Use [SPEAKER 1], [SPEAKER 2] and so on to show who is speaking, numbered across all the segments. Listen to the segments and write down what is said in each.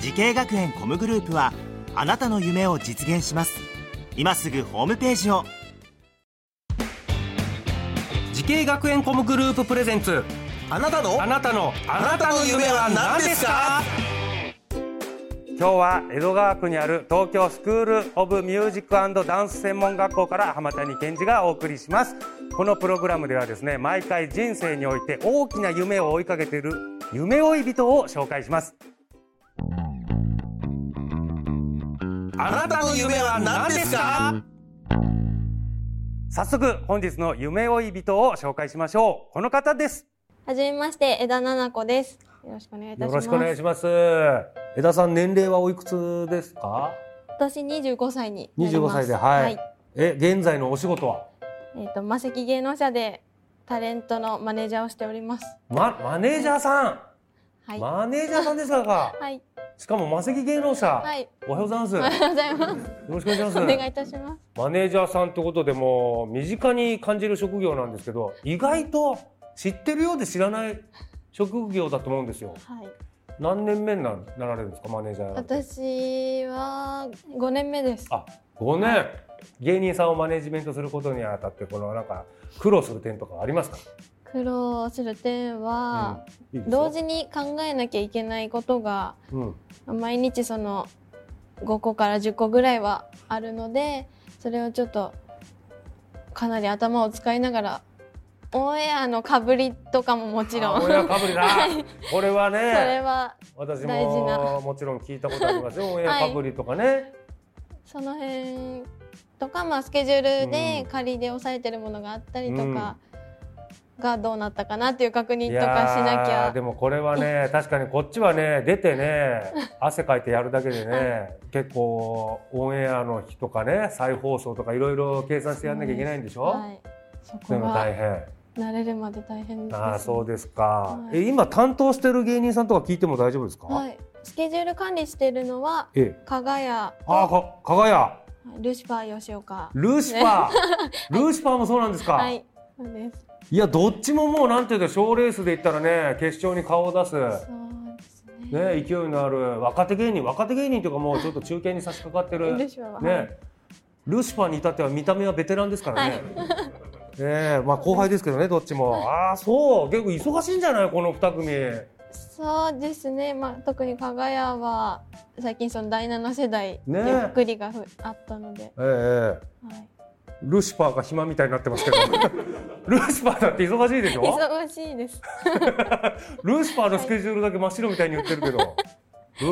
[SPEAKER 1] 時系学園コムグループはあなたの夢を実現します今すぐホームページを
[SPEAKER 2] 時系学園コムグループプレゼンツ
[SPEAKER 3] あなたの
[SPEAKER 2] あなたのあ
[SPEAKER 3] なたの夢は何ですか
[SPEAKER 2] 今日は江戸川区にある東京スクール・オブ・ミュージックダンス専門学校から浜谷健二がお送りしますこのプログラムではですね毎回人生において大きな夢を追いかけている夢追い人を紹介します
[SPEAKER 3] あなたの夢は何ですか
[SPEAKER 2] 早速本日の夢追い人を紹介しましょうこの方です
[SPEAKER 4] はじめまして、枝菜々子です。よろしくお願いいた
[SPEAKER 2] よろ
[SPEAKER 4] します。
[SPEAKER 2] しくお願いします。江田さん、年齢はおいくつですか
[SPEAKER 4] 私25歳になり
[SPEAKER 2] 25
[SPEAKER 4] ます。
[SPEAKER 2] 歳で、はい。え、現在のお仕事は
[SPEAKER 4] えっ、と、魔石芸能社でタレントのマネージャーをしております。
[SPEAKER 2] ま、マネージャーさん、
[SPEAKER 4] はい。は
[SPEAKER 2] マネージャーさんですか
[SPEAKER 4] い。
[SPEAKER 2] しかも、魔石芸能社、
[SPEAKER 4] はい。
[SPEAKER 2] おはようございます。
[SPEAKER 4] お
[SPEAKER 2] よ
[SPEAKER 4] はようございます。
[SPEAKER 2] ろしくお願いします。
[SPEAKER 4] お願いいたします。
[SPEAKER 2] マネージャーさんってことでもう身近に感じる職業なんですけど、意外と知ってるようで知らない職業だと思うんですよ。
[SPEAKER 4] はい。
[SPEAKER 2] 何年目にななられるんですか、マネージャー。
[SPEAKER 4] 私は5年目です。
[SPEAKER 2] あ、5年芸人さんをマネジメントすることにあたってこのなんか苦労する点とかありますか？
[SPEAKER 4] 苦労する点は、
[SPEAKER 2] いいですよ
[SPEAKER 4] 同時に考えなきゃいけないことが
[SPEAKER 2] うん
[SPEAKER 4] 毎日その5個から10個ぐらいはあるのでそれをちょっとかなり頭を使いながらオンエアのかぶりとかももちろ
[SPEAKER 2] あ
[SPEAKER 4] んそ
[SPEAKER 2] 親かぶりだ。これは
[SPEAKER 4] れ
[SPEAKER 2] ね、
[SPEAKER 4] は
[SPEAKER 2] 私
[SPEAKER 4] 大事
[SPEAKER 2] も
[SPEAKER 4] な
[SPEAKER 2] もちろん聞いたことありますよ。親かぶりとかね。
[SPEAKER 4] その辺とか、まあ、スケジュールで
[SPEAKER 2] うん
[SPEAKER 4] 仮で抑えてるものがあったりとかがどうなったかなっていう確認とかしなき
[SPEAKER 2] いや
[SPEAKER 4] ゃ
[SPEAKER 2] ーでもこれは ね、確かにこっちはね、出てね、汗かいてやるだけでね、結構オンエアの日とかね、再放送とかいろいろ計算してやんなきゃいけないんでしょ？
[SPEAKER 4] はい、そ
[SPEAKER 2] で
[SPEAKER 4] こ
[SPEAKER 2] も大
[SPEAKER 4] は
[SPEAKER 2] 変。
[SPEAKER 4] 慣れるまで大変です、
[SPEAKER 2] ああそうですか、
[SPEAKER 4] はい
[SPEAKER 2] え今担当してる芸人さんとか聞いても大丈夫ですか、
[SPEAKER 4] はい、スケジュール管理してるのは
[SPEAKER 2] ええ
[SPEAKER 4] 加賀屋と
[SPEAKER 2] ああか加賀屋
[SPEAKER 4] ルシファー吉岡
[SPEAKER 2] ルシフ ァー、ルシファーもそうなんですか、、
[SPEAKER 4] はいい、そうです。
[SPEAKER 2] やどっちももうなんていうの賞レースで言ったらね決勝に顔を出す
[SPEAKER 4] そうですね。
[SPEAKER 2] ね勢いのある若手芸人若手芸人というかもうちょっと中堅に差し掛かってる
[SPEAKER 4] ルシファーは
[SPEAKER 2] ねルシファーに至っては見た目はベテランですからね、 ねえまあ後輩ですけどねどっちもああそう結構忙しいんじゃないこの二組
[SPEAKER 4] そうですね。まあ特に加賀屋は最近その第七世代
[SPEAKER 2] ね
[SPEAKER 4] ゆっくりがふあったので、
[SPEAKER 2] ええええ
[SPEAKER 4] はい、
[SPEAKER 2] ルシファーが暇みたいになって ますけどルシファーだって忙しいでしょ
[SPEAKER 4] 忙しいです。
[SPEAKER 2] ルシファーのスケジュールだけ真っ白みたいに言ってるけ ど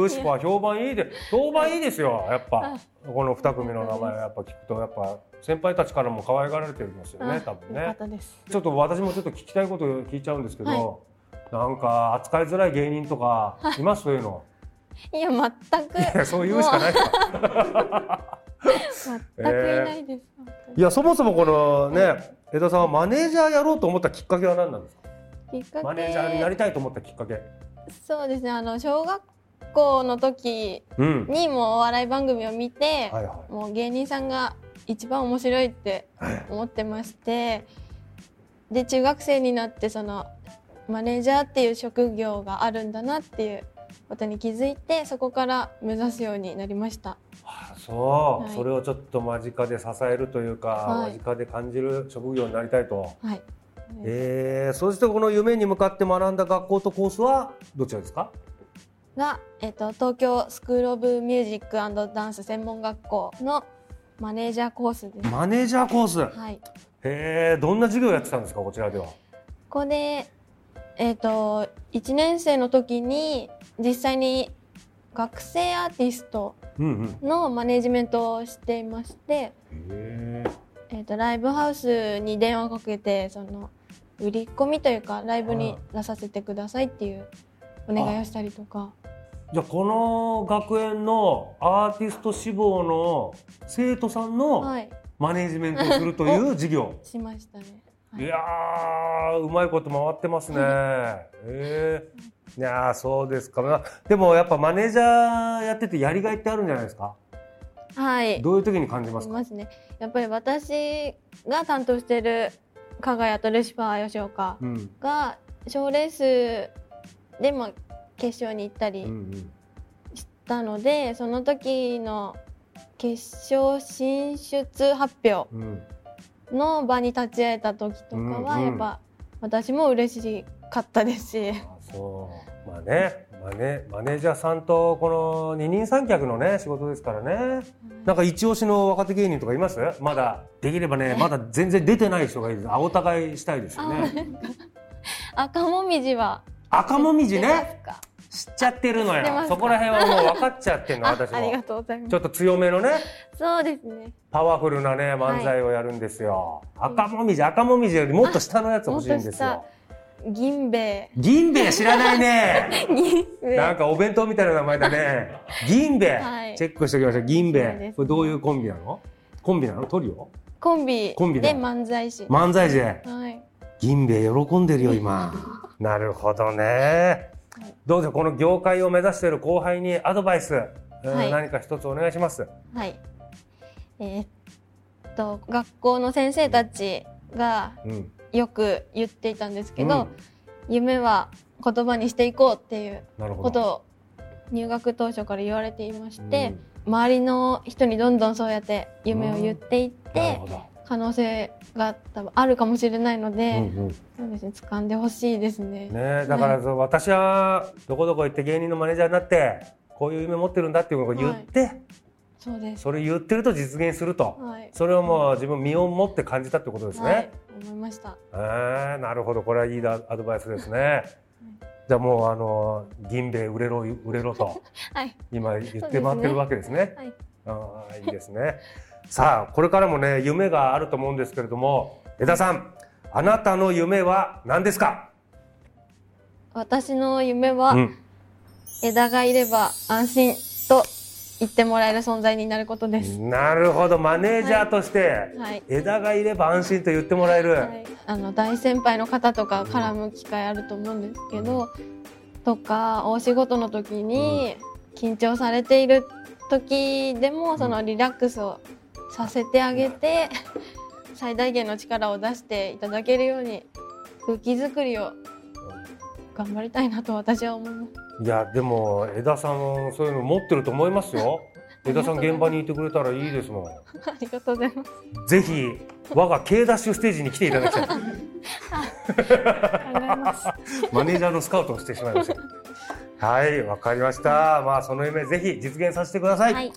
[SPEAKER 2] ルシファー評判いいで評判いいですよやっぱこの2組の名前はやっぱ聞くとやっぱ先輩たちからも可愛がられてますよね
[SPEAKER 4] あ
[SPEAKER 2] 多分
[SPEAKER 4] よかっ
[SPEAKER 2] ね
[SPEAKER 4] たです。
[SPEAKER 2] ちょっと私もちょっと聞きたいこと聞いちゃうんですけど、なんか扱いづらい芸人とかいますそういうの
[SPEAKER 4] いや全く
[SPEAKER 2] いやそう言うしかないか
[SPEAKER 4] 全くいないです。本当
[SPEAKER 2] いやそもそもこのね江田さんはマネージャーやろうと思ったきっかけは何なんですか
[SPEAKER 4] にきっかけ
[SPEAKER 2] マネージャーになりたいと思ったきっかけ
[SPEAKER 4] そうですね。あの小学校の時
[SPEAKER 2] うん
[SPEAKER 4] にもお笑い番組を見て、
[SPEAKER 2] はいは
[SPEAKER 4] もう芸人さんが一番面白いって思ってましてで中学生になってそのマネージャーっていう職業があるんだなっていうことに気づいてそこから目指すようになりました
[SPEAKER 2] あそう、
[SPEAKER 4] はい
[SPEAKER 2] それをちょっと間近で支えるというか、
[SPEAKER 4] はい
[SPEAKER 2] 間近で感じる職業になりたいと、
[SPEAKER 4] はい
[SPEAKER 2] えー、そしてこの夢に向かって学んだ学校とコースはどちらですか
[SPEAKER 4] が、えっと東京スクール・オブ・ミュージックダンス専門学校のマネージャーコースです、
[SPEAKER 2] マネージャーコース、
[SPEAKER 4] はい、こ
[SPEAKER 2] えー、どんな授業やってたんですかこちらでは
[SPEAKER 4] こでえっ、と1年生の時に実際に学生アーティスト
[SPEAKER 2] うんうん
[SPEAKER 4] のマネジメントをしていまして、
[SPEAKER 2] え
[SPEAKER 4] えー、とライブハウスに電話かけてその売り込みというかライブに出させてくださいっていうお願いをしたりとか
[SPEAKER 2] じゃあこの学園のアーティスト志望の生徒さんの
[SPEAKER 4] はい
[SPEAKER 2] マネージメントをするという授業、
[SPEAKER 4] しましたねはい
[SPEAKER 2] い、やーうまいこと回ってますねえー、いやーそうですかなでもやっぱマネージャーやっててやりがいってあるんじゃないですか
[SPEAKER 4] はい
[SPEAKER 2] どういう時に感じます
[SPEAKER 4] い
[SPEAKER 2] か
[SPEAKER 4] ますねやっぱり私が担当してる加賀谷とルシファー吉岡
[SPEAKER 2] うん
[SPEAKER 4] が賞レースでも決勝に行った
[SPEAKER 2] う
[SPEAKER 4] り
[SPEAKER 2] んうん
[SPEAKER 4] したので、その時の決勝進出発表
[SPEAKER 2] うん
[SPEAKER 4] の場に立ち会えた時とかは
[SPEAKER 2] うんうん
[SPEAKER 4] やっぱ私も嬉しかったですし、
[SPEAKER 2] あそうまあねマネマネージャーさんとこの二人三脚のね仕事ですからねなんか一押しの若手芸人とかいますまだできればねまだ全然出てない人がいるあお互いしたいですよね
[SPEAKER 4] 赤もみじは
[SPEAKER 2] 赤もみじ
[SPEAKER 4] 出ます
[SPEAKER 2] ね
[SPEAKER 4] か
[SPEAKER 2] 知っちゃってるの
[SPEAKER 4] 出ます
[SPEAKER 2] よ
[SPEAKER 4] か
[SPEAKER 2] そこら辺はもう分かっちゃってるの
[SPEAKER 4] あ
[SPEAKER 2] 私
[SPEAKER 4] ありが
[SPEAKER 2] も
[SPEAKER 4] とうございま
[SPEAKER 2] ちょっと強めのね
[SPEAKER 4] すそうですね
[SPEAKER 2] パワフルなね漫才をやるんですよ、赤もみじ赤もみじよりもっと下のやつ欲しいんです
[SPEAKER 4] あもっ
[SPEAKER 2] よ
[SPEAKER 4] 銀 兵衛
[SPEAKER 2] 銀兵衛知らない ね
[SPEAKER 4] 銀兵衛
[SPEAKER 2] なんかお弁当みたいな名前だね銀兵衛、
[SPEAKER 4] はい
[SPEAKER 2] チェックしておきましょう銀兵
[SPEAKER 4] そうです
[SPEAKER 2] 衛
[SPEAKER 4] ね
[SPEAKER 2] これどういうコンビなのコンビなのトリオ
[SPEAKER 4] コンビ
[SPEAKER 2] コンビだ
[SPEAKER 4] で漫才師
[SPEAKER 2] 漫才師で
[SPEAKER 4] はい
[SPEAKER 2] 銀兵衛喜んでるよ 今なるほどねどうぞこの業界を目指している後輩にアドバイス、うん
[SPEAKER 4] はい
[SPEAKER 2] 何か一つお願いします
[SPEAKER 4] はいえーっと学校の先生たちが
[SPEAKER 2] うん
[SPEAKER 4] よく言っていたんですけ
[SPEAKER 2] う
[SPEAKER 4] ど
[SPEAKER 2] ん、
[SPEAKER 4] 夢は言葉にしていこうっていう
[SPEAKER 2] なるほど
[SPEAKER 4] ことを入学当初から言われていまして、周りの人にどんどんそうやって夢を言っていっ
[SPEAKER 2] うんなる
[SPEAKER 4] て、
[SPEAKER 2] ほど、
[SPEAKER 4] 可能性が多分あるかもしれない
[SPEAKER 2] う
[SPEAKER 4] の
[SPEAKER 2] ん
[SPEAKER 4] で、
[SPEAKER 2] うん
[SPEAKER 4] そうですね掴んでほしいですね
[SPEAKER 2] ねえだからそう私はどこどこ行って芸人のマネージャーになってこういう夢持ってるんだっていうのを言って、
[SPEAKER 4] そうです
[SPEAKER 2] それ言ってると実現すると、
[SPEAKER 4] はい
[SPEAKER 2] それをもう自分身をもって感じたってことですね、
[SPEAKER 4] はい思いました
[SPEAKER 2] えーなるほどこれはいいだアドバイスですねじゃあもうあの銀兵衛売れろ売れろと
[SPEAKER 4] はい
[SPEAKER 2] 今言って回ってるわけです ね。
[SPEAKER 4] そうですね
[SPEAKER 2] ああいいですね。 さあこれからもね夢があると思うんですけれども江田さんあなたの夢は何ですか？
[SPEAKER 4] 私の夢は、
[SPEAKER 2] うん
[SPEAKER 4] 枝がいれば安心と言ってもらえる存在になることです、
[SPEAKER 2] なるほどマネージャーとして、
[SPEAKER 4] はい
[SPEAKER 2] 枝がいれば安心と言ってもらえる、
[SPEAKER 4] はい、あの大先輩の方とか絡む機会あると思うんですけど、とかお仕事の時に緊張されている時でもそのリラックスをさせてあげて、最大限の力を出していただけるように空気作りを頑張りたいなと私は思います。
[SPEAKER 2] いやでも江田さんそういうの持ってると思います よ。江田さん現場にいてくれたらいいですもん。
[SPEAKER 4] ありがとうございます。
[SPEAKER 2] ぜひ我が K ダッシュステージに来ていただきたい。マネージャーのスカウトをしてしまいました。はい、わかりました。まあその夢ぜひ実現させてください。
[SPEAKER 5] はい